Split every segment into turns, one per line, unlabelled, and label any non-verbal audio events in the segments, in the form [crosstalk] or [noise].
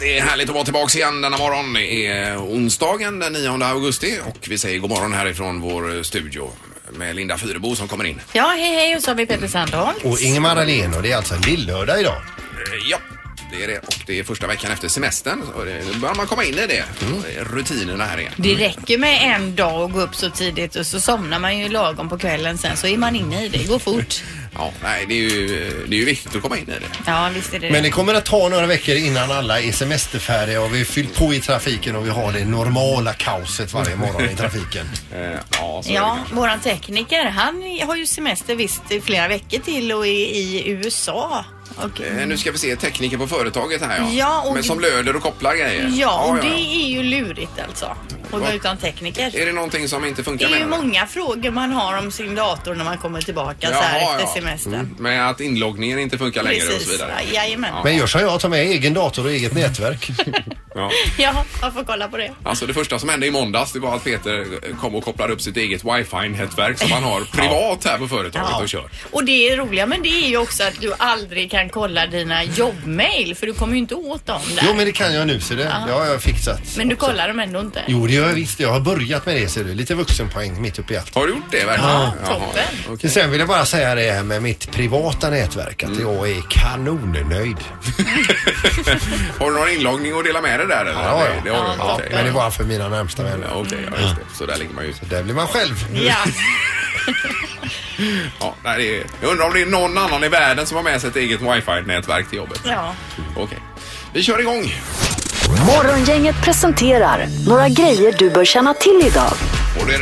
Det är härligt att vara tillbaka igen denna morgon. Det är onsdagen den 9 augusti och vi säger god morgon härifrån vår studio med Linda Fyrebo som kommer in.
Ja, hej hej och så har vi Peter Sandholt.
Och Ingemar Ahlén och det är alltså en lillördag idag.
Eh, Ja, det är det. Och det är första veckan efter semestern. Och det- Nu börjar man komma in i det. Rutinerna här igen.
Det räcker med en dag och gå upp så tidigt och så somnar man ju lagom på kvällen sen så är man inne i det. Det går fort.
Ja, nej, det är ju, det är ju viktigt att komma in i det.
Ja, visst är det
Men
det.
det kommer att ta några veckor innan alla är semesterfärdiga och vi har fyllt på i trafiken och vi har det normala kaoset varje morgon i trafiken.
Eh, Ja, så är det
Ja,
kanske.
våran tekniker han har ju semester visst i flera veckor till och är i USA. Och,
Eh, Nu ska vi se tekniker på företaget här ja.
Ja, och-
Men som löder och kopplar grejer.
ja, och det är ju lurigt alltså. Att gå
Vad-
utan tekniker.
Är det någonting som inte
Det
funkar
är ju
menar du?
många frågor man har om sin dator när man kommer tillbaka så
Jaha,
här efter
ja.
semestern.
Mm, Med att inloggningen inte funkar längre och så
Precis,
vidare.
ja, jajamän.
Ja.
Men gör som jag, tar med egen dator och eget nätverk.
Ja.
Ja, jag får kolla på det.
Alltså det första som hände i måndags det var att Peter eh, kom och kopplade upp sitt eget wifi-nätverk som
[laughs]
han har privat här på företaget och kör.
Och det är roliga men det är ju också att du aldrig kan kolla dina jobbmail för du kommer ju inte åt dem där.
Jo men det kan jag nu ser du. Det har jag fixat.
men du
också.
kollar dem ändå inte?
Jo det gör jag visst. Jag har börjat med det ser du. Lite vuxenpoäng mitt uppe i allt.
Har du gjort det verkligen?
Ja,
Jaha.
toppen.
Okej. Mm.
Sen vill jag bara säga det här med mitt privata nätverk att jag är kanonnöjd.
Har du någon inloggning att dela med dig där eller?
Ja, ja.
Nej, Det har du.
Ja,
Okej.
Men det är bara för mina närmsta vänner.
Ja, Okej, ja, just det. Så där ligger man ju.
Där blir man själv.
Ja,
Ja, nej, det är... Jag undrar om det är någon annan i världen som har med sig ett eget wifi-nätverk till jobbet.
ja.
Okej. Vi kör igång.
Morgongänget presenterar några grejer du bör känna till idag.
Och det är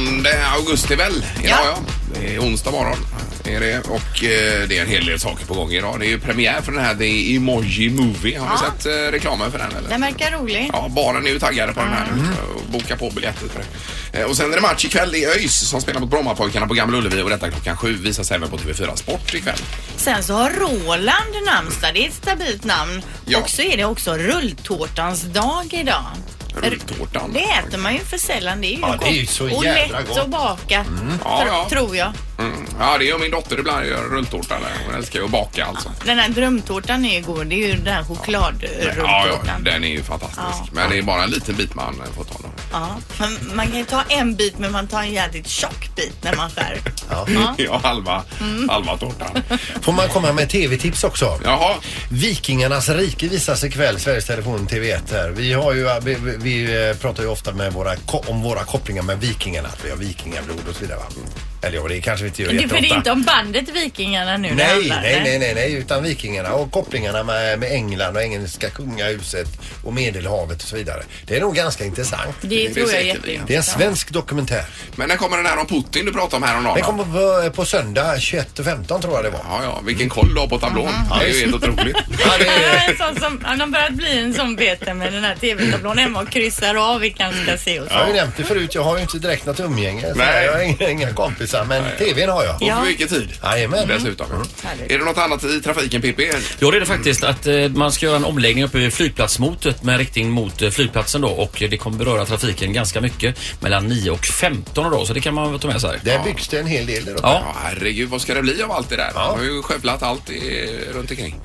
den 9 augusti väl? Idag, ja.
Ja.
Det är onsdag morgon. Är det. Och eh, det är en hel del saker på gång idag. Det är ju premiär för den här The Emoji Movie. Har
Ja.
ni sett eh, reklamen för den eller?
Den verkar rolig.
Ja, barnen är ju taggade på den här.
Mm.
Så Boka på biljetter för det. Eh, Och sen är det match ikväll i ÖIS som spelar mot Brommapojkarna på Gamla Ullevi och detta klockan sju visas även på TV4 Sport ikväll.
Sen så har Roland namnsdag, det är ett stabilt namn.
Ja.
Och så är det också rulltårtans dag idag.
Rulltårtan.
Det äter man ju för sällan, det är ju
Ja,
gott.
det är ju så
Och lätt
jädra gott.
att baka,
Ja,
tr-
ja.
tror jag.
Mm. Ja, det gör min dotter ibland. Jag gör rulltårta där. Hon älskar ju att baka alltså.
Den här drömtårtan är ju god, det är ju den här
Ja, ja,
chokladrulltårtan.
den är ju fantastisk.
Ja.
Men det är bara en liten bit man eh, får ta då.
Ja, men man kan ju ta en bit men man tar en jävligt tjock bit när man skär.
[laughs] Ja, halva, halva tårtan.
Får man komma med tv-tips också?
Jaha,
Vikingarnas rike visas ikväll, Sveriges Television TV1 här. Vi, har ju, vi, vi- vi eh, pratar ju ofta med våra, ko- om våra kopplingar med vikingarna, att vi har vikingablod och så vidare. Va? Mm. Eller ja, det kanske vi inte gör
Du, för det är inte
jätteofta.
om bandet Vikingarna nu det
Nej,
handlar,
nej, nej, nej, nej, utan vikingarna och kopplingarna med, med England och engelska kungahuset och Medelhavet och så vidare. Det är nog ganska intressant.
Det,
Det
tror jag är
säkert
Det är en
jätteintressant.
svensk dokumentär.
men när kommer den här om Putin du pratade om häromdagen?
Den kommer på, på söndag 21.15 tror jag det var.
Ja, ja, vilken koll du har på tablån. Det är ju helt otroligt.
Ja, det är-
Ja, en sån som, han har börjat bli en sån bete med den här TV-tablån hemma och kryssar av vilka han ska se och
Jag har
så.
ju nämnt det förut, jag har ju inte direkt något umgänge. Så
Nej.
Jag har inga, inga kompisar, men TVn har jag.
Och för
Ja.
mycket tid.
Jajamän.
Dessutom. Är det något annat i trafiken Pippi?
Jo, det är det faktiskt. Att eh, man ska göra en omläggning uppe vid flygplatsmotet med riktning mot eh, flygplatsen då och eh, det kommer beröra trafiken ganska mycket mellan 9 och 15 då, så det kan man väl ta med sig.
Där byggs det en hel del. där uppe.
Ja.
Ja, herregud, vad ska det bli av allt det där? Man har ju skövlat allt i, runt omkring.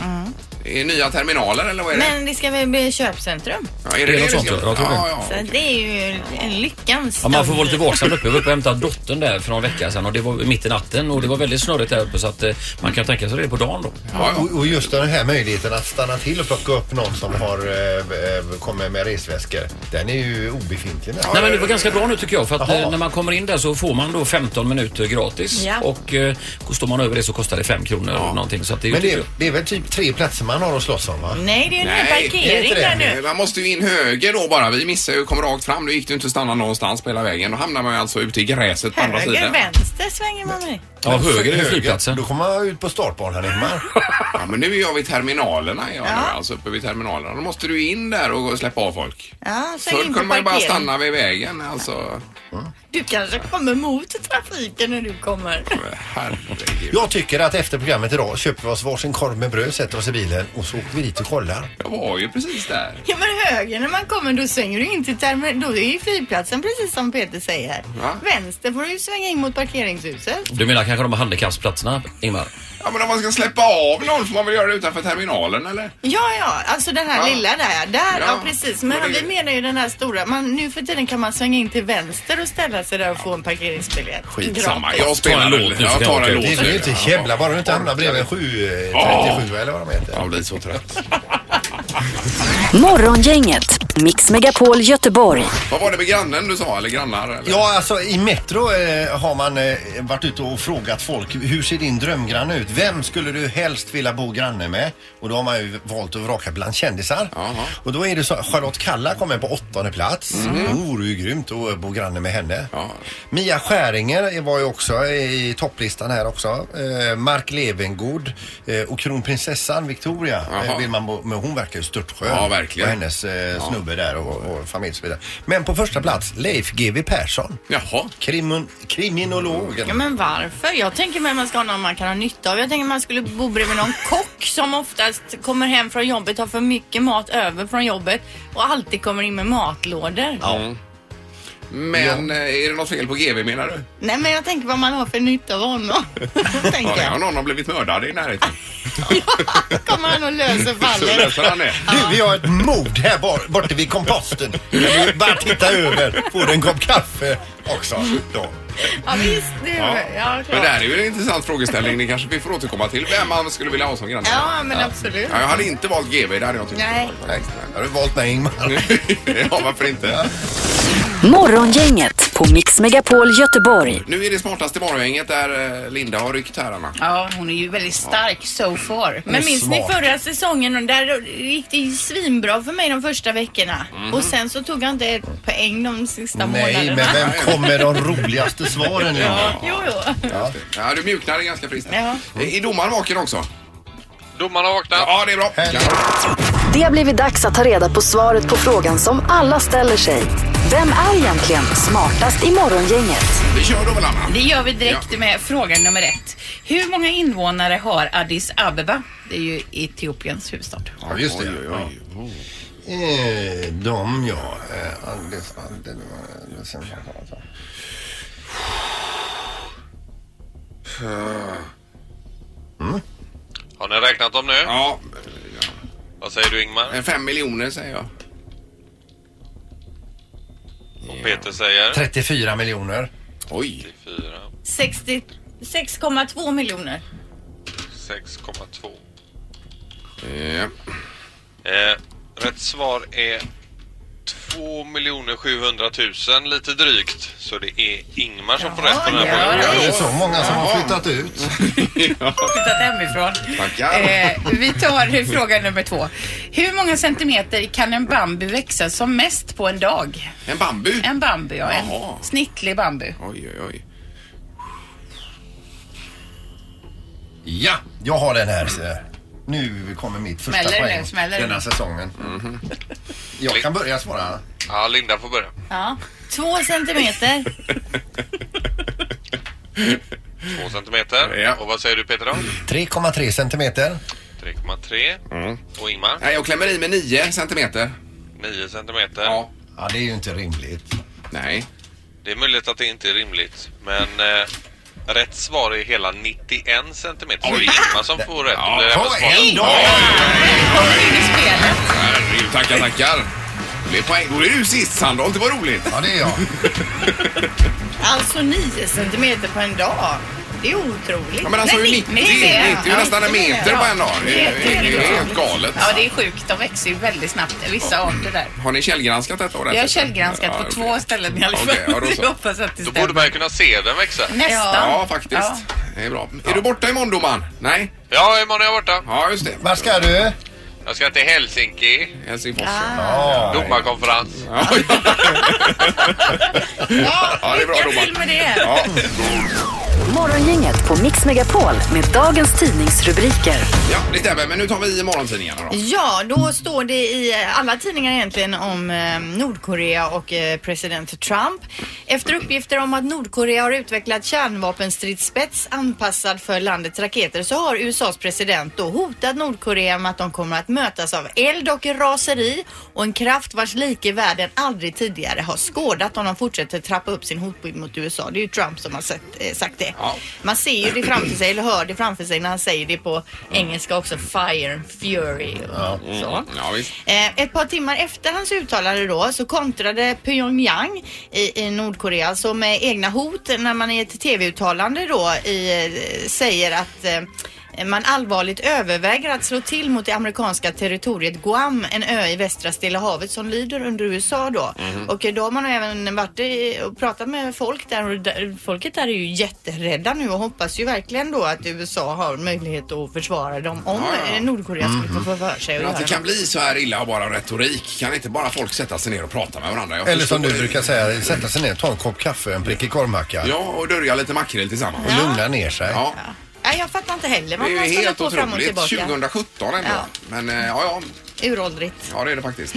Är det nya terminaler eller vad är det?
Men det ska väl bli köpcentrum.
ja, är
det är något
ska
sånt,
bli?
jag tror det.
ja, ja,
Så det är ju en lyckans
Ja, man får vara
stund.
lite vaksam uppe. Jag var uppe och hämtade dottern där för någon vecka sedan och det var mitt i natten och det var väldigt snurrigt där uppe så att eh, man kan tänka sig det på dagen då.
ja, ja.
Och, och just den här möjligheten att stanna till och plocka upp någon som har eh, eh, kommer med resväskor. Den är ju obefintlig. nästan.
Nej men det var ganska bra nu tycker jag för att
Jaha.
eh, när man kommer in där så får man då 15 minuter gratis
Ja.
och eh, står man över det så kostar det 5 kronor eller någonting så att det är ju Mm.
Men det
tycker jag.
är, det är väl typ tre platser man har att slåss om va?
Nej, det är ju en
Nej,
hel
det är
parkering
inte
där
det.
nu.
Eh, Man måste ju in höger då bara. Vi missade ju, kom rakt fram. Nu gick det ju inte att stanna någonstans på hela vägen. Då hamnar man ju alltså ute i gräset på andra
Höger,
sidan.
vänster svänger man med.
Ja, höger är
Höger.
flygplatsen.
Då kommer man ut på startbanan
[laughs]
hemma.
Ja, men nu är jag vid terminalerna. Är jag
Ja.
nu, alltså uppe vid terminalerna. Då måste du in där och gå och släppa av folk.
Ja, så
Förr
in på
kunde man ju bara
parkeringen.
stanna vid vägen. Alltså,
Du kanske kommer mot trafiken när du kommer.
herregud.
Jag tycker att efter programmet idag köper vi oss varsin korv med bröd, sätter oss i bilen och så åker vi dit och kollar.
Jag var ju precis där.
Ja men höger när man kommer då svänger du inte termen, då är ju flygplatsen precis som Peter säger.
Va?
Vänster får du ju svänga in mot parkeringshuset.
Du menar kanske de här handikappsplatserna, Ingmar?
Ja, men om man ska släppa av någon får man väl göra det utanför terminalen eller?
Ja, ja, alltså den här
Ja.
lilla där. där
Ja.
ja. precis. Men
Men det-
vi menar ju den här stora. Man, nu för tiden kan man svänga in till vänster och ställa sig där och få en parkeringsbiljett.
Skitsamma,
Gratis.
jag spelar
Ta en låt
väl.
nu, så
Jag
kan
tar
jag
en
åka
låt
ut.
Det är
nu.
ju inte jävla bara du inte hamnar bredvid en 737 eller vad de heter.
Jag blir så trött.
Morgongänget, Mix Megapol Göteborg.
Vad var det med grannen du sa? Eller grannar? Eller?
Ja, alltså i Metro eh, har man eh, varit ute och frågat folk hur ser din drömgranne ut? Vem skulle du helst vilja bo granne med? Och då har man ju valt att vraka bland kändisar.
Jaha.
Och då är det så Charlotte Kalla kommer på åttonde plats. Det vore ju grymt att bo granne med henne.
Mm. Ja.
Mia Skäringer var ju också i topplistan här också. Eh, Mark Levengood eh, och kronprinsessan Victoria.
Jaha.
Eh, vill man bo, men hon verkar ju störtskön.
Ja, verkligen.
Och hennes eh, snubbe där och, och familj och så vidare. Men på första plats Leif GW Persson.
Jaha.
Krimin kriminologen.
Ja, men varför? Jag tänker mig att man ska ha någon man kan ha nytta av. Jag tänker man skulle bo bredvid någon [laughs] kock som oftast kommer hem från jobbet, har för mycket mat över från jobbet och alltid kommer in med matlådor.
Men eh, är det något fel på GV menar du?
Nej, men jag tänker vad man har för nytta av
[laughs]
honom. tänker
Ja,
jag.
någon har blivit mördad i närheten.
Ja, kommer han och löser
[laughs] Så
fallet.
löser han det.
Du, vi har ett mord här bor- borta vid komposten. Kan du bara titta över? Får du en kopp kaffe också? Då.
Ja, visst. Det
Ja.
är, ja,
Men det
klart.
här är ju en intressant frågeställning. Det kanske vi får återkomma till. Vem man skulle vilja ha som granne.
Ja, men absolut.
Ja, jag hade inte valt GV, det hade jag tyckt.
Nej.
Nej, har du valt mig Ingmar?
[laughs] ja, varför inte?
Morgongänget på Mix Megapol Göteborg.
Nu är det smartaste morgongänget där eh, Linda har ryckt här, Anna.
Ja, hon är ju väldigt stark so far.
Men minns ni
smart.
förra säsongen? och Där gick det ju svinbra för mig de första veckorna.
Mhm.
Och sen så tog jag inte ett poäng de sista
Nej,
månaderna.
men vem kom med de roligaste svaren? Ja.
[laughs] Jo, jo.
Ja, du mjuknade ganska friskt. Eh,
Ja.
Är domaren vaken också?
Domarna har vaknat.
Ja, det är bra.
Härligt.
Ja.
Det har blivit dags att ta reda på svaret på frågan som alla ställer sig. Vem är egentligen smartast i morgongänget?
Vi kör då väl, Anna?
Det gör vi direkt med fråga nummer ett. Hur många invånare har Addis Abeba? Det är ju Etiopiens huvudstad.
Ja, just det.
Oj, oj, oj.
Eh, de, ja. Eh, Anders, Anders, Anders, Anders.
Har ni räknat dem nu?
Ja,
Vad säger du Ingmar?
eh, fem miljoner säger jag.
Och Peter säger?
34 miljoner.
[laughs]
Oj.
4,
60 6,2 miljoner.
6,2.
Eh,
Eh, rätt svar är 2 700 000 lite drygt. Så det är Ingmar som får rätt på den här frågan.
Ja, det är så många som har flyttat ut.
Flyttat hemifrån.
Tackar.
Eh, vi tar fråga nummer två. Hur många centimeter kan en bambu växa som mest på en dag?
En bambu?
En bambu, ja.
Jaha.
En snittlig bambu.
Oj, oj, oj.
Ja, jag har den här. så här. Nu kommer mitt första
Smäller det
poäng
nu? Smäller det
denna
nu?
säsongen. Jag kan börja svara.
Ja, Linda får börja.
Ja. Två centimeter.
2 centimeter.
Ja. Mm.
Och vad säger du Peter då?
3,3 centimeter.
3,3.
Mm.
Och Ingmar?
Nej, jag klämmer i med nio centimeter.
9 centimeter.
Ja.
Ja, det är ju inte rimligt.
Nej.
Det är möjligt att det inte är rimligt. Men eh, rätt svar är hela 91 centimeter. Så det är Ingmar som får rätt. om det är rätt
På
svar.
en dag!
Herregud, tackar, tackar. Det blir poäng. Då är du sist, Sandholt. Det var roligt.
Ja, det är jag.
Alltså 9 centimeter på en dag. Det är otroligt.
Ja, men alltså
Nej,
90, 90
det är-
är ju nästan en
det är-
meter på en dag. Det är- det är ju helt galet.
Ja, det är sjukt. De växer ju väldigt snabbt, vissa arter där.
Har ni källgranskat detta ordentligt?
Jag har källgranskat på
Ja, okej.
två ställen i alla fall.
Okej, ja, då så.
jag hoppas att det
Då borde
stämmer.
man ju kunna se den växa.
Nästan.
Ja, faktiskt.
Ja.
Det är bra. Är du borta imorgon, domaren? Nej?
Ja, imorgon är jag borta.
Ja, just det.
Var ska du?
Jag ska till Helsinki.
Helsingfors.
Ja.
Domarkonferens.
Ja, ja. ja, det är bra,
Lycka till
domaren.
med det.
Ja.
Morgongänget på Mix Megapol med dagens tidningsrubriker.
ja, det stämmer. Men nu tar vi i morgontidningarna då.
Ja, då står det i alla tidningar egentligen om eh, Nordkorea och eh, president Trump. Efter uppgifter om att Nordkorea har utvecklat kärnvapenstridsspets anpassad för landets raketer så har USAs president då hotat Nordkorea med att de kommer att mötas av eld och raseri och en kraft vars like världen aldrig tidigare har skådat om de fortsätter trappa upp sin hotbild mot USA. Det är ju Trump som har sett, eh, sagt det.
Ja.
Man ser ju det framför sig, eller hör det framför sig när han säger det på engelska också. Fire and fury. Så.
Ja, Mm. visst.
Eh, Ett par timmar efter hans uttalande då så kontrade Pyongyang i, i Nordkorea så med egna hot när man i ett tv-uttalande då i, eh, säger att eh, man allvarligt överväger att slå till mot det amerikanska territoriet Guam, en ö i västra Stilla havet som lyder under USA då.
Mhm.
Och eh, då har man även varit i, och pratat med folk där och där, folket där är ju jätterädda nu och hoppas ju verkligen då att USA har möjlighet att försvara dem om
Ja, ja, ja.
eh, Nordkorea skulle få för sig att
Men att
göra
det kan bli så här illa av bara retorik. Kan inte bara folk sätta sig ner och prata med varandra? Jag
Eller som
förstår
du
det.
brukar säga, sätta sig ner, ta en kopp kaffe, en prickig korvmacka
Ja, och dörja lite makrill tillsammans.
och lugna ner sig.
Ja.
Nej, jag fattar inte heller.
Det
Man
är
måste
ju
hålla
helt
på fram och
otroligt.
tillbaka.
2017 ändå.
Ja.
Men eh, ja, ja.
Uråldrigt.
Ja, det är det faktiskt.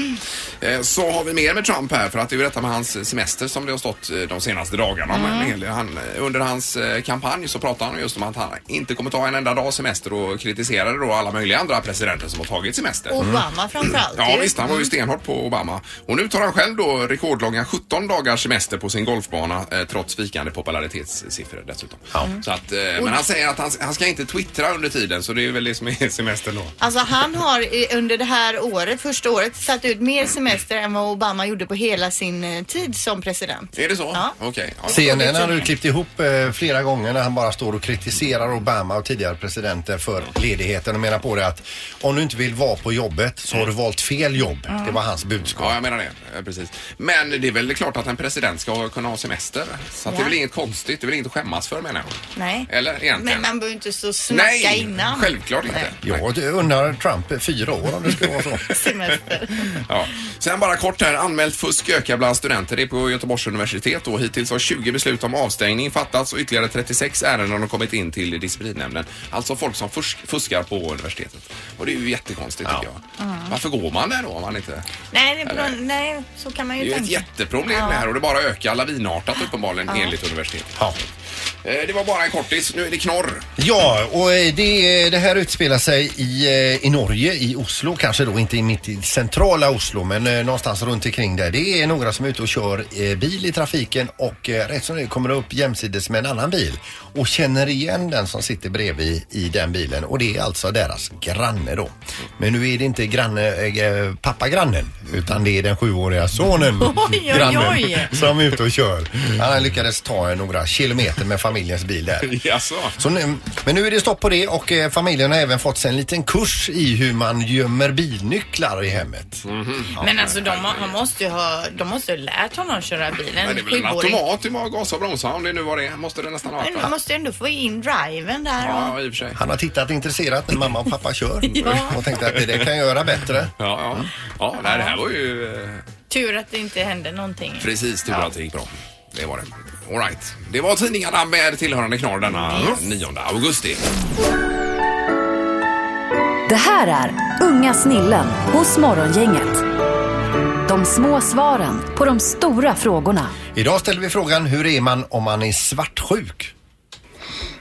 Eh, Så har vi mer med Trump här för att det är ju detta med hans semester som det har stått eh, de senaste dagarna.
Mm.
om. En hel del. Han, eh, under hans eh, kampanj så pratar han just om att han inte kommer ta en enda dag semester och kritiserade då alla möjliga andra presidenter som har tagit semester.
Obama framförallt.
Mm. Ja
ju.
visst, han var ju stenhård på Obama. Och nu tar han själv då rekordlånga 17 dagars semester på sin golfbana eh, trots vikande popularitetssiffror dessutom. Så att, eh, men han säger att han, han ska inte twittra under tiden så det är väl det som är [laughs] semestern då.
Alltså han har i- under det här året, första året, satt ut mer semester än vad Obama gjorde på hela sin eh, tid som president.
Är det så?
Ja.
Okej. ja.
CNN har nu klippt ihop eh, flera gånger när han bara står och kritiserar Obama och tidigare presidenter för ledigheten och menar på det att om du inte vill vara på jobbet så har du valt fel jobb. Det var hans budskap.
Ja, jag menar det. Eh, Precis. Men det är väl klart att en president ska kunna ha semester. Så att det är
Ja.
väl inget konstigt. Det är väl inget att skämmas för menar jag.
Nej.
Eller egentligen.
Men man behöver inte så snacka
Nej,
innan.
självklart inte.
Nej.
Jag undrar Trump eh, fyra år om det skulle vara så.
Semester.
Ja. Sen bara kort här, anmält fusk ökar bland studenter. Det är på Göteborgs universitet och hittills har 20 beslut om avstängning fattats och ytterligare 36 ärenden har kommit in till disciplinnämnden. Alltså folk som fusk, fuskar på universitetet. Och det är ju jättekonstigt tycker jag. Varför går man där då om man inte...
nej, det är på, nej, så kan man
Det är
ju
ju ett
tänka.
jätteproblem det här och det bara ökar lavinartat uppenbarligen enligt universitetet.
Ja.
Eh, Det var bara en kortis, nu är det knorr.
Ja, och eh, det, det här utspelar sig i, eh, i Norge, i Oslo, kanske då inte i mitt i centrala Oslo, men eh, någonstans runt omkring där. Det är några som är ute och kör eh, bil i trafiken och eh, rätt som det är kommer det upp jämsides med en annan bil och känner igen den som sitter bredvid i den bilen och det är alltså deras granne då. Men nu är det inte granne, eh, pappa grannen utan det är den sjuåriga sonen,
[laughs] oj, oj.
som är ute och kör. Han lyckades ta några kilometer med familjens bil där.
[laughs] Jaså?
Så nu, men nu är det stopp på det och eh, familjen har även fått sig en liten kurs i hur man gömmer bilnycklar i hemmet.
Mm.
Men alltså de, har- han måste ju ha, de måste ju ha lärt honom att köra bilen.
Men det är väl en
Sjuåring.
automat i mag- gas och bromsa om det nu var det. Måste det nästan ha
Men
varit
man
va?
måste ju ändå få in driven där.
Ja, i och för sig.
Han har tittat intresserat när mamma och pappa
[laughs]
kör
Ja.
och tänkte att det där kan jag göra bättre.
Ja, ja. ja nej, det här var ju eh,
Tur att det inte hände någonting.
precis tur att det gick bra. Det var det. All right. Det var tidningarna med tillhörande knorr denna
Mm.
9 augusti.
Det här är Unga snillen hos Morgongänget. De små svaren på de stora frågorna.
Idag ställer vi frågan hur är man om man är svartsjuk?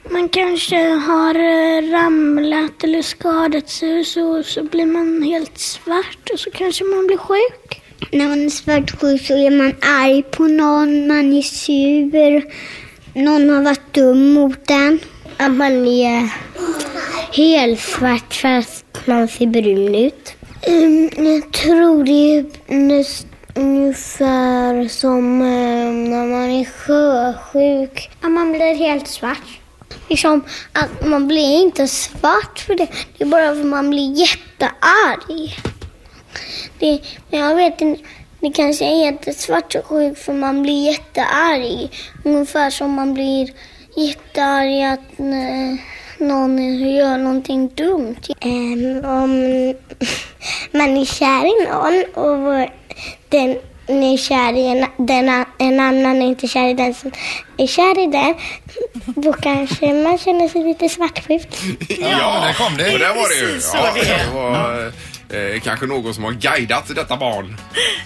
Man kanske har eh, ramlat eller skadat sig och så, så blir man helt svart och så kanske man blir sjuk. När man är svartsjuk så är man arg på någon, man är sur, någon har varit dum mot en. Att man är helt svart fast man ser brun ut. Mm, jag tror det är näst- ungefär som eh, när man är sjösjuk. Att man blir helt svart. Liksom att man blir inte svart för det. Det är bara för att man blir jättearg. Det, men jag vet inte. Det kanske är inte svartsjuk för man blir jättearg. Ungefär som man blir jättearg att eh, någon gör någonting dumt. om man är kär i någon och den är kär i en, den, en annan är inte kär i den som är kär i den. Då kanske man känner sig lite svartsjuk.
Ja, där kom det.
Och där var det ju.
precis så
Ja,
det är.
det var eh, Eh, kanske någon som har guidat detta barn.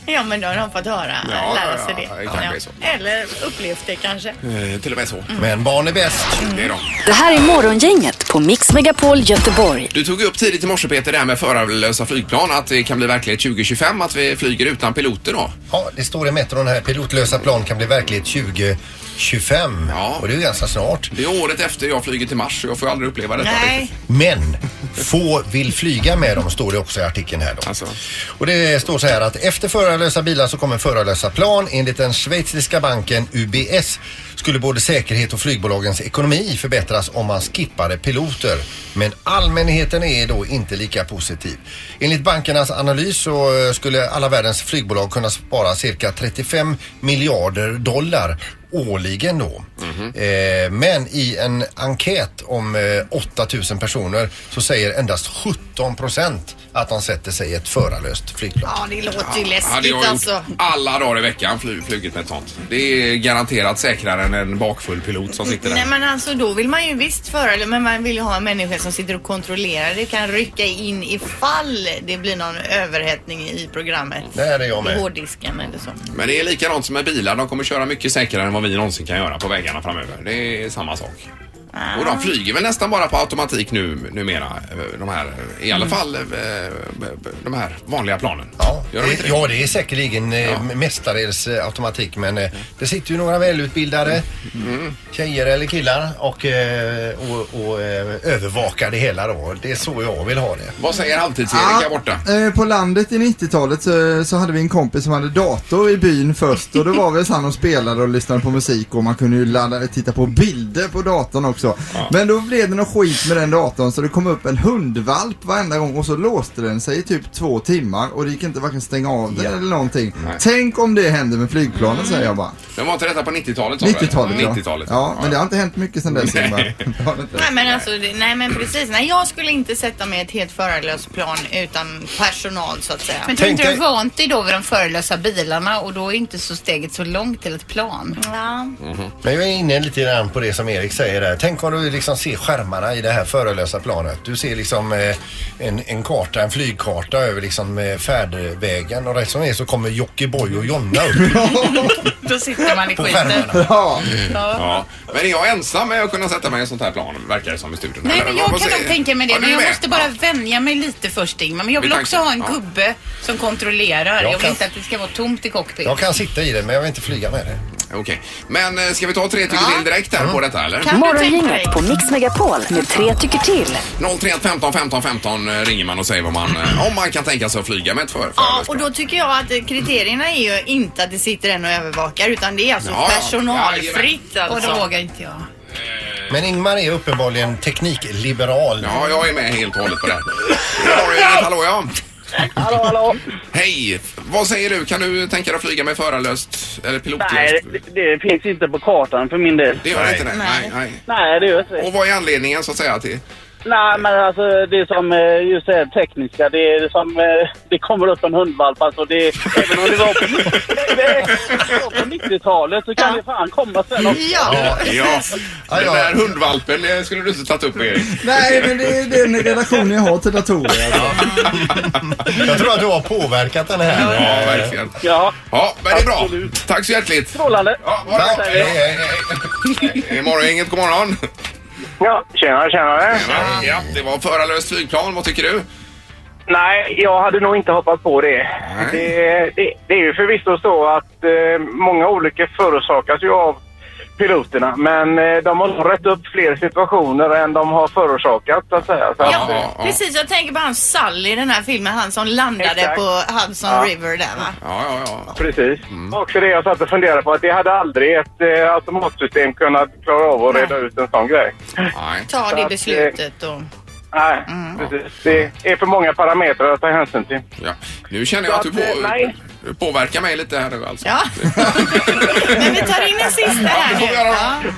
Ja, men då har de fått höra,
Ja,
lära
ja,
sig
ja,
det.
det kanske är så.
Eller upplevt det kanske.
Eh, till och med så.
Mm.
Men barn är bäst.
Det är de.
Det här är Morgongänget på Mix Megapol Göteborg.
Du tog upp tidigt i morse Peter det här med förarlösa flygplan, att det kan bli verklighet 2025 att vi flyger utan piloter då.
Ja, det står i Metron här. Pilotlösa plan kan bli verklighet 2025.
Ja.
Och det är ju ganska snart.
Det är året efter jag flyger till Mars så jag får ju aldrig uppleva detta
Nej,
riktigt.
Men få vill flyga med dem står det också i artikeln här då.
Alltså.
Och det står så här att efter förarlösa bilar så kommer förarlösa plan. Enligt den schweiziska banken UBS skulle både säkerhet och flygbolagens ekonomi förbättras om man skippade piloter. Men allmänheten är då inte lika positiv. Enligt bankernas analys så eh, skulle alla världens flygbolag kunna spara cirka 35 miljarder dollar årligen då. Eh, men i en enkät om eh, 8000 personer så säger endast 17 procent att de sätter sig i ett förarlöst flygplan.
ja, det låter ju
Hade
läskigt
jag gjort
alltså.
alla dagar i veckan fly, flugit med ett sånt. Det är garanterat säkrare än en bakfull pilot som sitter
Nej
där.
men alltså då vill man ju visst föra, men man vill ju ha en människa som sitter och kontrollerar. Det kan rycka in ifall det blir någon överhettning i programmet.
Där är jag
I
med.
hårddisken eller så.
Men det är likadant som med bilar, de kommer köra mycket säkrare än vad vi någonsin kan göra på vägarna framöver. Det är samma sak. Och
Ah.
de flyger väl nästan bara på automatik nu, numera, eh, de här, eh, i alla
Mm.
fall eh, de här vanliga planen.
Ja,
Gör de inte
eh,
det-
det?
ja, det är säkerligen eh,
Ja.
mestadels eh, automatik men eh, det sitter ju några välutbildade tjejer eller killar och, eh, och, och eh, övervakar det hela då. Det är så jag vill ha det.
Vad säger halvtids-Erik här borta?
Eh, På landet i 90-talet så, så hade vi en kompis som hade dator i byn först och då var väl han och spelade och lyssnade på musik och man kunde ju ladda, titta på bilder på datorn också. Men då blev det något skit med den datorn så det kom upp en hundvalp varenda gång och så låste den sig i typ två timmar och det gick inte varken stänga av den eller någonting.
Nej.
Tänk om det händer med flygplanen säger jag bara.
Men var inte detta på 90-talet? sa du, eller?
90-talet, ja.
90-talet.
ja. men det har inte hänt mycket sedan dess Ingmar. [laughs] Det har det inte.
Nej men alltså, det- nej men precis. Nej jag skulle inte sätta mig i ett helt förarlöst plan utan personal så att säga.
Men tror
Tänk
inte du är
dig-
vant dig då vid de förelösa bilarna och då är inte så steget så långt till ett plan.
Ja.
Men jag är inne lite grann på det som Erik säger där. Tänk om du liksom ser skärmarna i det här förelösa planet. Du ser liksom eh, en, en karta, en flygkarta över liksom eh, färdvägen och rätt som det är så kommer Jockiboi och Jonna upp
[laughs]
Då sitter man i
på
skiten.
skärmarna.
Ja.
Ja. Men är jag ensam med att kunna sätta mig i en sånt här plan, verkar det som i studion?
Nej,
Eller
men
vad-
jag
vad
kan nog
säger-
tänka mig
Ja,
det.
du
Men
är
jag
med?
måste bara
Ja.
vänja mig lite först Ingmar. Men jag vill
Vid
också ha
tanken,
en
ja.
gubbe som kontrollerar.
Jag
Jag vill
kan-
inte att det ska vara tomt i cockpit.
Jag kan sitta i det men jag vill inte flyga med det.
Okej. Men eh, ska vi ta tre tycker till direkt
Mm.
här på detta eller?
Kan du tänka dig?
Morgongänget på Mix Megapol med tre tycker till.
031 15 15 15 eh, ringer man och säger vad man, eh, om man kan tänka sig att flyga med ett för,
Ja, och
förarlöst
då tycker jag att eh, kriterierna är ju inte att det sitter en och övervakar utan det är alltså
Ja, ja.
personalfritt
Och
alltså.
då vågar inte jag.
Men Ingmar är uppenbarligen teknikliberal.
plan. Ja, jag är med helt och hållet på det. Där har du Inget, hallå ja. Hallå, hallå. Hej! Vad säger du? Kan du tänka dig att flyga med förarlöst eller pilotlöst?
Nej, det, det finns inte på kartan för min del.
Det gör
Nej.
inte det? Nej. nej.
Nej, det gör inte det.
Och vad är anledningen så att säga till?
Nej, men alltså det som eh, just det här tekniska, det är som eh, det kommer upp en hundvalp. Alltså det, även om det var på, [laughs] även om det var på 90-talet så kan det fan komma sen också.
Ja.
[laughs] Ja,
Ja,
den
ja.
där hundvalpen eh, skulle du inte tagit upp Erik.
Nej, men det är den relationen jag har till datorer. Alltså.
Jag tror att du har påverkat den här.
Ja, verkligen.
Ja,
Ja, men det är bra.
Absolut.
Tack så hjärtligt.
strålande.
Ja, ha det
Tack,
bra.
hej, hej.
Hej, morgon, inget, god morgon.
Ja, tjenare, tjenare.
Ja, det var förarlöst flygplan. Vad tycker du?
Nej, jag hade nog inte hoppat på det.
Nej.
Det, det, det är ju förvisso så att eh, många olyckor förorsakas ju av piloterna. Men eh, de har nog rätt upp fler situationer än de har förorsakat, så att säga. Så att, eh,
Ja, precis. Jag tänker på han Sally i den här filmen, han som landade
Exakt.
på Hudson
Ja.
River där va?
Ja, ja, ja.
Precis. Också det jag satt och funderade på, att det hade aldrig ett eh, automatsystem kunnat klara av att reda ut en sån grej.
Nej.
Ta
Så
det
att,
beslutet och...
Nej, precis. Det är för många parametrar att ta hänsyn till.
Ja. Nu känner jag att du
Så att, eh, nej.
på, påverkar mig lite här nu
[laughs]
alltså.
Ja. Men vi tar in en sista här
får vi
nu.
göra då.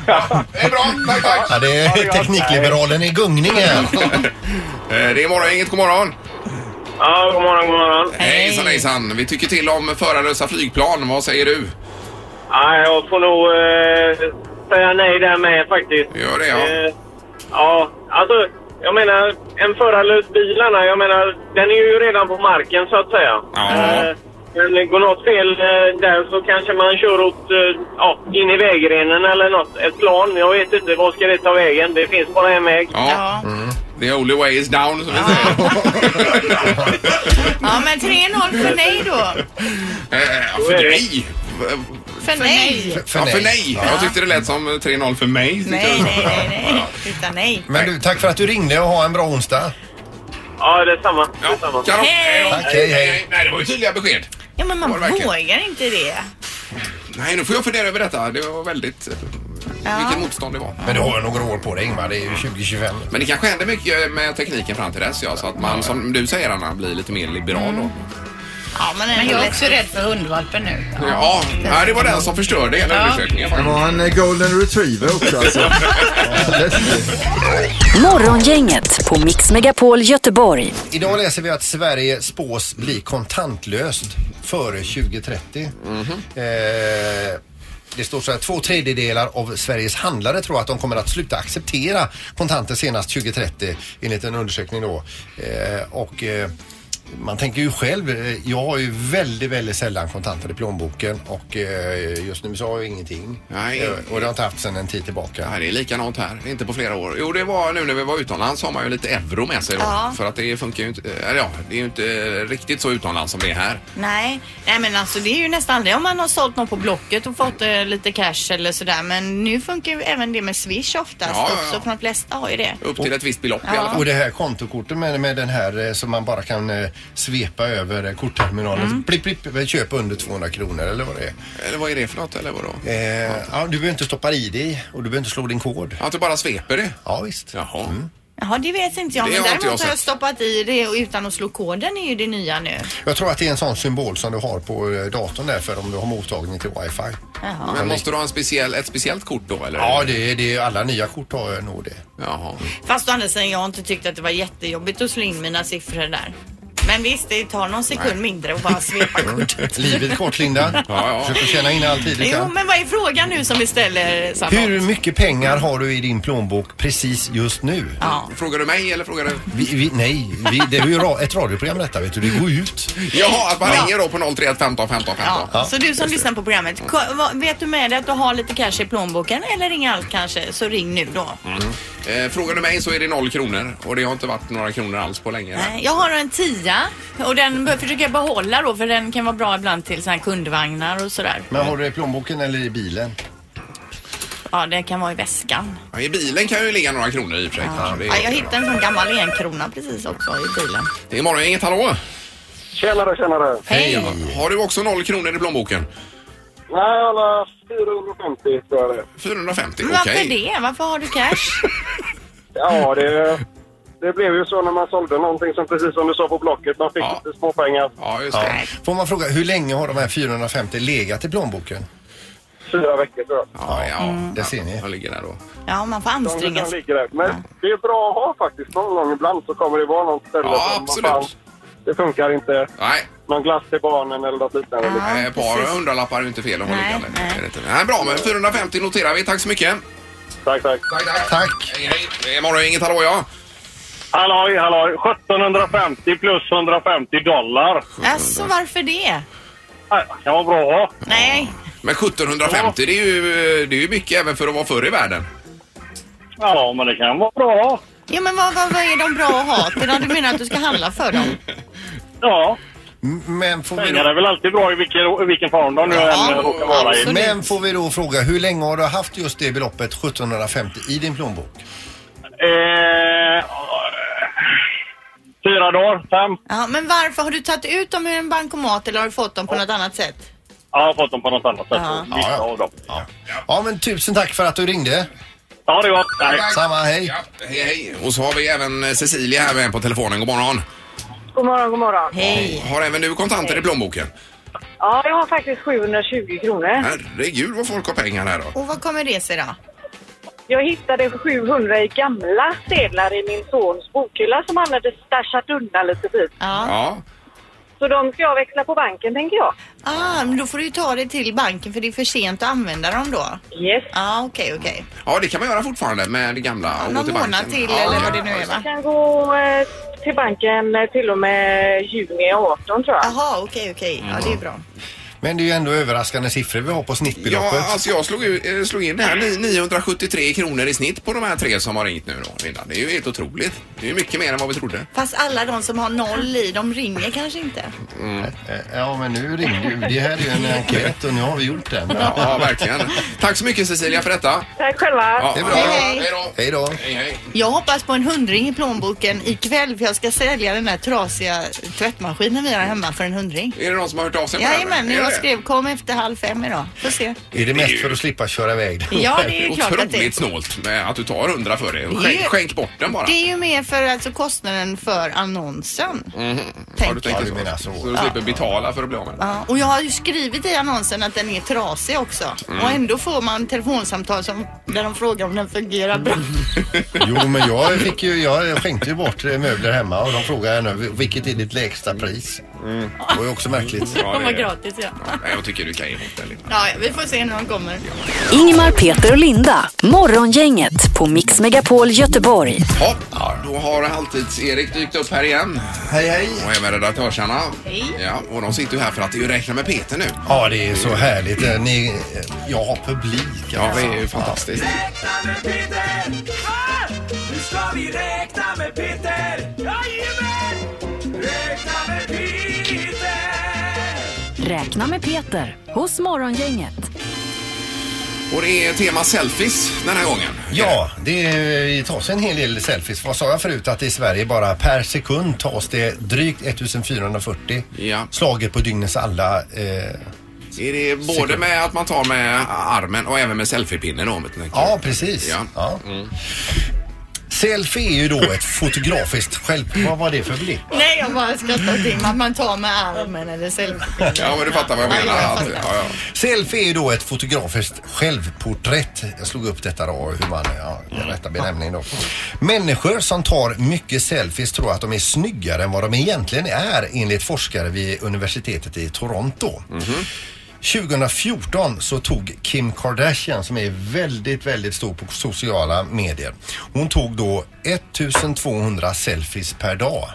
Ja.
[laughs] Det är bra, tack, tack.
Ja, det
Ja,
är
det är jag.
teknikliberalen i gungning här.
Eh, Det är morgon, inget god morgon.
Ja, god morgon, god morgon.
Hej. Hejsan, hejsan. Vi tycker till om förarlösa flygplan. Vad säger du?
Nej, jag får nog eh, säga nej där med faktiskt.
Gör det, ja.
Eh, ja, alltså Jag menar, en förarlösbilarna, jag menar, den är ju redan på marken så att säga.
Ja.
Eh, Men går något fel eh, där så kanske man kör åt, eh, ja, in i vägrenen eller något. Ett plan, jag vet inte, vad ska det ta vägen? Det finns bara en väg.
Ja. The only way is down, som vi säger.
Ja, men 3-0 för nej då.
[laughs] Eh, för dig!
För nej.
För,
Ja, för
nej.
nej. Jag tyckte det lät som 3-0 för mig. tyckte
Nej,
jag.
nej, nej, nej. Utan nej.
Men du, tack för att du ringde och ha en bra onsdag.
Ja, det är samma. Det är
Ja,
samma.
kanon.
Hej.
Hej,
Tack, hej, hej.
Nej, det var ju tydliga besked.
Ja, men man
Var det verkligen?
vågar inte det.
Nej, nu får jag fundera över detta. Det var väldigt... eh, Vilket motstånd det var.
Men du har ju några år på dig Ingmar, det är ju 2025.
Men det kanske händer mycket med tekniken fram till dess, ja. Så att man, som du säger Anna, blir lite mer liberal då.
Ja, men
Men jag är
ändå.
också rädd för hundvalpen nu.
Ja, ja, det var den som förstörde hela undersökningen.
Det var en eh, golden retriever också
[laughs]
alltså. Ja, läskigt.
Morgongänget på Mix Megapol Göteborg.
Idag läser vi att Sverige spås bli kontantlöst före 2030. eh, det står så här, två tredjedelar av Sveriges handlare tror att de kommer att sluta acceptera kontanter senast 2030 enligt en undersökning då. Eh, och eh, man tänker ju själv, eh, jag har ju väldigt, väldigt sällan kontanter i plånboken och eh, just nu så har jag ingenting.
Nej.
Eh, och det har jag inte haft sedan en tid tillbaka.
Ja, det är likadant här. Inte på flera år. Jo, det var nu när vi var utomlands har man ju lite euro med sig då. För att det funkar ju inte. eh, Ja, det är ju inte eh, riktigt så utomlands som det är här.
Nej. nej, men alltså det är ju nästan aldrig om man har sålt något på Blocket och fått eh, lite cash eller sådär. Men nu funkar ju även det med Swish oftast
Ja, ja, ja.
också. För de flesta har ju det.
Upp till ett visst belopp i alla
Och
fall.
det här kontokortet med, med den här eh, som man bara kan eh, svepa över eh, kortterminalen. Mm. Blipp, blipp, köp under 200 kronor eller vad det är.
Eller vad är det för något eller vadå?
Eh, ja, du behöver inte stoppa i dig och du behöver inte slå din kod.
Att du bara sveper det?
Ja, visst.
Jaha.
Jaha, det vet inte jag.
Det
Men
har inte
däremot
jag
har jag
sett.
stoppat i det och utan att slå koden är ju det nya nu.
Jag tror att det är en sån symbol som du har på eh, datorn där för om du har mottagning till wifi.
Jaha.
Men måste du ha en speciell, ett speciellt kort då eller?
Ja, det är, det är alla nya kort har eh, nog det.
Jaha.
Fast å andra sidan, jag har inte tyckt att det var jättejobbigt att slå in mina siffror där. Men visst, det tar någon sekund mindre att bara
[laughs]
svepa kortet.
Livet är kort, Linda.
Ja, ja.
Försök att tjäna in all tid du
Jo,
kan.
men vad är frågan nu som vi ställer Sandra?
Hur mycket pengar har du i din plånbok precis just nu?
Ja.
Frågar du mig eller
[laughs]
frågar du?
Vi, vi, nej, vi, det är ju ra- ett radioprogram detta vet du. Det går ut.
Jaha, att man ringer då på 031 15 15 15.
Ja. Så du som lyssnar på programmet, ko- vad- vet du med dig att du har lite cash i plånboken eller ring allt kanske, så ring nu då.
Mm.
Eh, frågar du mig så är det noll kronor och det har inte varit några kronor alls på länge.
Nej, Jag har en tia och den bör- försöker jag behålla då för den kan vara bra ibland till så här kundvagnar och sådär.
Men har du det i plånboken eller i bilen?
Ja, det kan vara i väskan.
Ja, I bilen kan ju ligga några kronor i och för sig. kanske. Det är-
Ja, jag hittade en sån gammal enkrona precis också i bilen.
Det är morgon, inget hallå?
Tjenare, tjenare.
Hej!
Har du också noll kronor i plånboken?
Nej, alla 450 tror jag det
450,
Men varför
okej.
det? Varför har du cash?
Ja, det, det blev ju så när man sålde någonting som precis som du sa på Blocket. Man fick
Ja.
lite småpengar,
Ja, just
Ja.
det.
Får man fråga, hur länge har de här 450 legat i plånboken?
fyra veckor tror jag.
Ja, ja.
mm.
Det ser ni.
Jag ligger där då.
Ja, man får
De,
anstränga
de
sig.
ligger där. Men det är bra att ha faktiskt. Någon gång ibland så kommer det vara något ställe
Ja,
som, vad
absolut.
det funkar inte.
Nej,
Någon glass till barnen eller något liknande.
Ja.
eh, ett par
precis.
hundralappar är ju inte fel att ha
Nej,
liggande.
nej.
Är det inte? Nej, bra, men 450 noterar vi. Tack så mycket.
Tack, tack.
Tack, tack.
Tack!
Hej, hej. Det är morgon, inget hallå ja.
Halloj, halloj. 1750 plus 150 dollar.
Alltså varför det?
Det kan vara bra att ha.
Nej,
Men 1750, det är ju, det är ju mycket även för att vara förr i världen.
Ja, men det kan vara bra att ha.
ja, men vad, vad, vad är de bra att ha till då? Du menar att du ska handla för dem?
Ja,
M- Men får, vi
pengar är
då,
väl alltid bra i vilken, vilken form de nu än eh, råkar vara i.
absolut.
men får vi då fråga, hur länge har du haft just det beloppet 1750 i din plånbok?
Eh, fyra dagar, fem.
Ja, men varför? Har du tagit ut dem ur en bankomat eller har du fått dem på något annat sätt?
Ja, jag har fått dem på något annat sätt.
Ja.
Vissa
Ja, ja.
av dem.
Ja. ja, men tusen tack för att du ringde.
Ja, det är gott. Nej.
Samma, hej.
Ja, hej, hej. Och så har vi även eh, Cecilia här med på telefonen. God morgon.
God morgon, god morgon.
Hej!
Har även du kontanter i plånboken?
Ja, jag har faktiskt 720 kronor.
Herregud vad folk har pengar här då.
Och vad kommer det sig då?
Jag hittade 700 i gamla sedlar i min sons bokhylla som han hade stashat undan lite bit.
Ja.
Ja.
Så de ska jag växla på banken tänker jag.
Ah, men då får du ju ta det till banken för det är för sent att använda dem då.
Yes.
Ah, okej, okej.
Ja, det kan man göra fortfarande med det gamla. och gå
Någon
till
månad
banken.
till
ja,
eller
ja.
vad det nu är va?
Jag kan gå eh, till banken eh, till och med juni 18 tror jag.
Jaha, okej, okej. Ja,
Mm.
det är bra.
Men det är ju ändå överraskande siffror vi har på snittbeloppet.
Ja, alltså jag slog, ut- eh, slog in det här Ni- 973 kronor i snitt på de här tre som har ringt nu då. Linda. Det är ju helt otroligt. Det är ju mycket mer än vad vi trodde.
Fast alla de som har noll i, de ringer kanske inte.
Eh, Ja, men nu ringde ju. Det här är ju en enkät och nu har vi gjort den.
Ja, verkligen. Tack så mycket Cecilia för detta.
Tack själva.
Ja,
Det är bra.
Hej, hej.
då.
Hej då.
Hej, hej.
Jag hoppas på en hundring i plånboken ikväll för jag ska sälja den där trasiga tvättmaskinen vi har hemma för en hundring.
Är det någon som har hört av sig? på det här?
Jajamän,
Är
jag
det?
skrev kom efter halv fem idag. Får se.
Är det mest för att slippa köra iväg den?
Ja, det är ju klart att det
Otroligt snålt med att du tar 100 för det.
Det är-
Skänk, skänk bort den bara.
Det är ju mer för alltså kostnaden för annonsen.
Mm. Har du
Tänker
tänkt
Ja, du menar
så?
så.
Så du slipper betala för att bli av med den.
Ja, och jag har ju skrivit i annonsen att den är trasig också.
Mm.
Och ändå får man telefonsamtal som, där de frågar om den fungerar bra.
Mm.
Jo, men jag, fick ju, jag skänkte ju bort eh, möbler hemma och de frågade nu vilket är ditt lägsta pris? Det var ju också märkligt.
Ja,
De var
det är-
gratis ja.
Nej, Jag tycker du kan ge bort den. Linda.
Ja, ja, vi får se när de kommer.
Ingemar, Peter och Linda. Morgongänget på Mix Megapol Göteborg.
Ja, då har Halvtids-Erik dykt upp här igen.
Hej hej!
Och även redaktörsarna. Hej. Ja, och de sitter ju här för att det är ju räkna med Peter nu.
Ja, det är så härligt. Eh, Ni, eh, jag har publik. alltså.
Ja, det är ju fantastiskt.
Räkna med Peter hos Morgongänget.
Och det är tema selfies den här gången.
Ja, det eh, tas en hel del selfies. Vad sa jag förut att i Sverige bara per sekund tas det drygt 1440
Ja.
slaget på dygnets alla eh,
Är det både med att man tar med armen och även med selfiepinnen då? om ett tänker.
Ja, precis.
Ja. Mm.
Ja. Selfie är ju då ett fotografiskt själv... Vad var det för blick?
Nej, jag bara skrattar till att man tar med armen eller selfie.
Ja, men du fattar vad jag menar.
Ja, jag
Att,
fattar.
ja, ja.
Selfie är ju då ett fotografiskt självporträtt. Jag slog upp detta då, hur man, ja, den rätta benämningen då. Människor som tar mycket selfies tror att de är snyggare än vad de egentligen är enligt forskare vid universitetet i Toronto. 2014 så tog Kim Kardashian som är väldigt, väldigt stor på sociala medier. Hon tog då 1200 selfies per dag.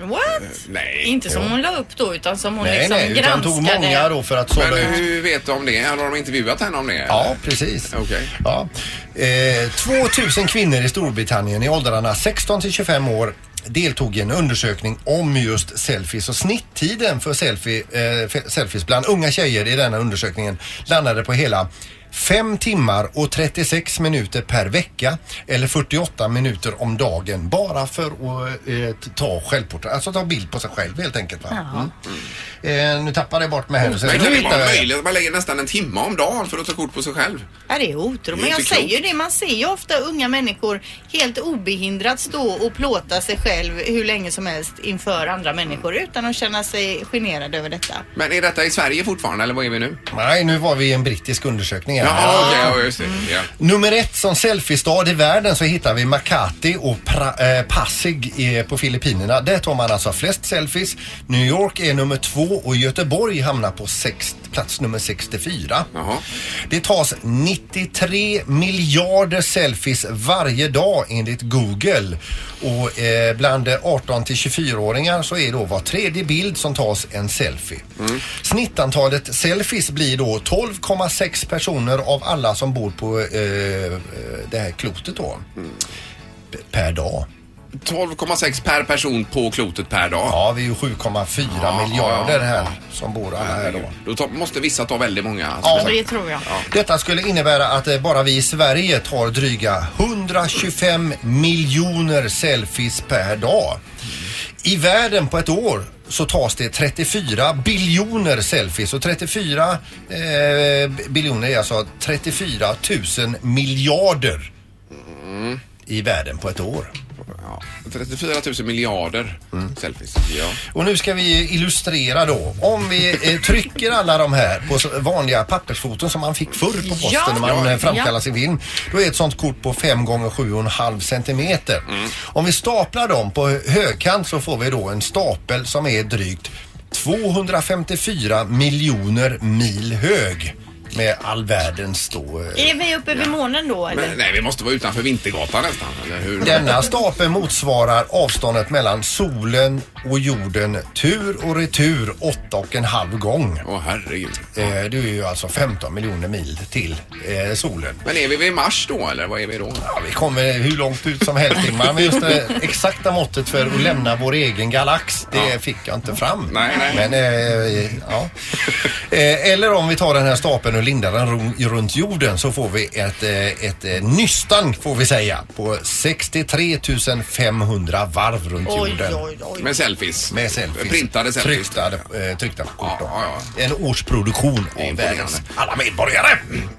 Eh,
What?
Nej.
Inte som hon la upp då utan som hon
Nej,
liksom
nej, utan
granskade.
tog många då för att sålla
Men
ut.
hur vet de det? Har de intervjuat henne om det?
Ja, precis.
Okej.
Ja. Eh, 2000 kvinnor i Storbritannien i åldrarna 16 till 25 år deltog i en undersökning om just selfies och snitttiden för selfie, eh, fe- selfies bland unga tjejer i denna undersökningen landade på hela 5 timmar och 36 minuter per vecka eller 48 minuter om dagen bara för att eh, ta självporträtt, alltså ta bild på sig själv helt enkelt. Va? Mm. Eh, nu tappade jag bort mig här. nu, så
Men
nu
kan det
hittar
vara
jag det.
möjligt? Man lägger nästan en timme om dagen för att ta kort på sig själv.
Ja, det är otroligt. Men
Det är
jag
inte
säger ju
klokt.
det, man ser ju ofta unga människor helt obehindrat stå och plåta sig själv hur länge som helst inför andra människor utan att känna sig generad över detta.
Men är detta i Sverige fortfarande eller vad är vi nu?
Nej, nu var vi i en brittisk undersökning här.
Ja, okej, ja, just det. Ja.
Nummer ett som selfiestad i världen så hittar vi Makati och pra, eh, Pasig eh, på Filippinerna. Där tar man alltså flest selfies. New York är nummer två och Göteborg hamnar på sext, plats nummer 64.
Jaha.
Det tas 93 miljarder selfies varje dag enligt Google. Och eh, bland 18 till 24-åringar så är då var tredje bild som tas en selfie.
Mm.
Snittantalet selfies blir då 12,6 personer av alla som bor på eh, eh, det här klotet då.
Mm.
P- Per dag.
12,6 per person på klotet per dag.
Ja, vi är ju 7,4
Ja,
miljarder
ja,
här
ja.
som bor alla här då.
Då tar, måste vissa ta väldigt många. Alltså,
Ja.
Det tror jag.
Detta skulle innebära att eh, bara vi i Sverige tar dryga 125 miljoner selfies per dag. I världen på ett år så tas det 34 biljoner selfies och 34 eh, biljoner är alltså 34 000 miljarder i världen på ett år.
Ja. 34 000 miljarder
Mm.
selfies. Ja.
Och nu ska vi illustrera då. Om vi eh, trycker alla de här på så- vanliga pappersfoton som man fick förr på posten
Ja.
när man eh, framkallar
Ja.
sin film. Då är ett sånt kort på 5 gånger 7,5 centimeter.
Mm.
Om vi staplar dem på högkant så får vi då en stapel som är drygt 254 miljoner mil hög med all världens då... eh,
Är vi uppe vid månen då eller?
Men, nej, vi måste vara utanför Vintergatan nästan, eller hur?
Denna stapel motsvarar avståndet mellan solen och jorden tur och retur åtta och en halv gång.
Åh herregud.
Eh, Det är ju alltså 15 miljoner mil till eh, solen.
Men är vi vid Mars då, eller vad är vi då?
Ja, vi kommer hur långt ut som helst Ingmar, men just det exakta måttet för att lämna vår egen galax, det fick jag inte fram.
Nej, nej.
Men, eh, ja. Eh, Eller om vi tar den här stapeln och lindar den ro- runt jorden så får vi ett, eh, ett eh, nystan, får vi säga, på 63 500 varv runt jorden.
Med selfies.
Med selfies.
Printade selfies.
Tryckta, eh, tryckta på kort. då.
Ja, ja.
En årsproduktion i
Imponerande.
världens alla medborgare.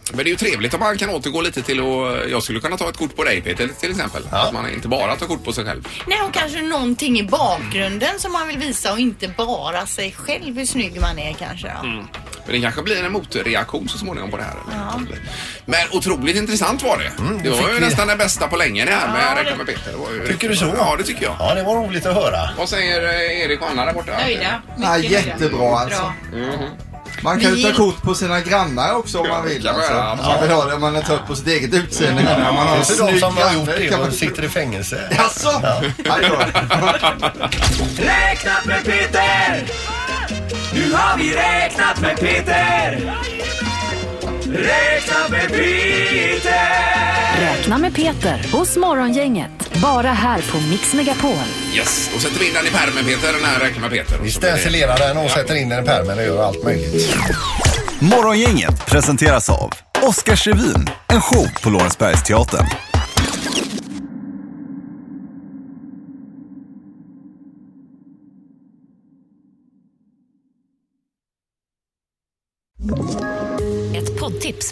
Men det är ju trevligt om man kan återgå lite till och jag skulle kunna ta ett kort på dig Peter till exempel. Att man inte bara tar kort på sig själv.
Nej, och kanske någonting i bakgrunden som man vill visa och inte bara sig själv hur snygg man är kanske. Då.
Mm.
Men det kanske blir en motreaktion så småningom på det här. eller? Men otroligt intressant var det. det var ju
Mm, fick vi-
nästan det bästa på länge det här med Räkna med Peter. Det var ju-
Tycker du så?
Ja, det tycker jag.
Ja, det var roligt att höra.
Vad säger eh, Erik och Anna där borta?
Nöjda.
Nej,
Mycket nöjda.
jättebra alltså. Man kan ju ta kort på sina grannar också om man vill.
kan man
Alltså.
göra,
Om man vill ha det, om man är trött på sitt eget utseende. Om man har en
Det är de
snygg
som har gjort
granne.
det
kan man-
och sitter i fängelse.
Jaså? Aj då.
Räknat med Peter! Nu har vi räknat med Peter! Räknat med Peter!
Räkna med Peter hos Morgongänget. Bara här på Mix Megapol.
Yes, då sätter vi in den i pärmen Peter, den här Räkna med Peter.
Vi stencilerar den och sätter in den i pärmen och gör allt möjligt.
Morgongänget presenteras av Oscarsrevyn, en show på Lorensbergsteatern.
Ett poddtips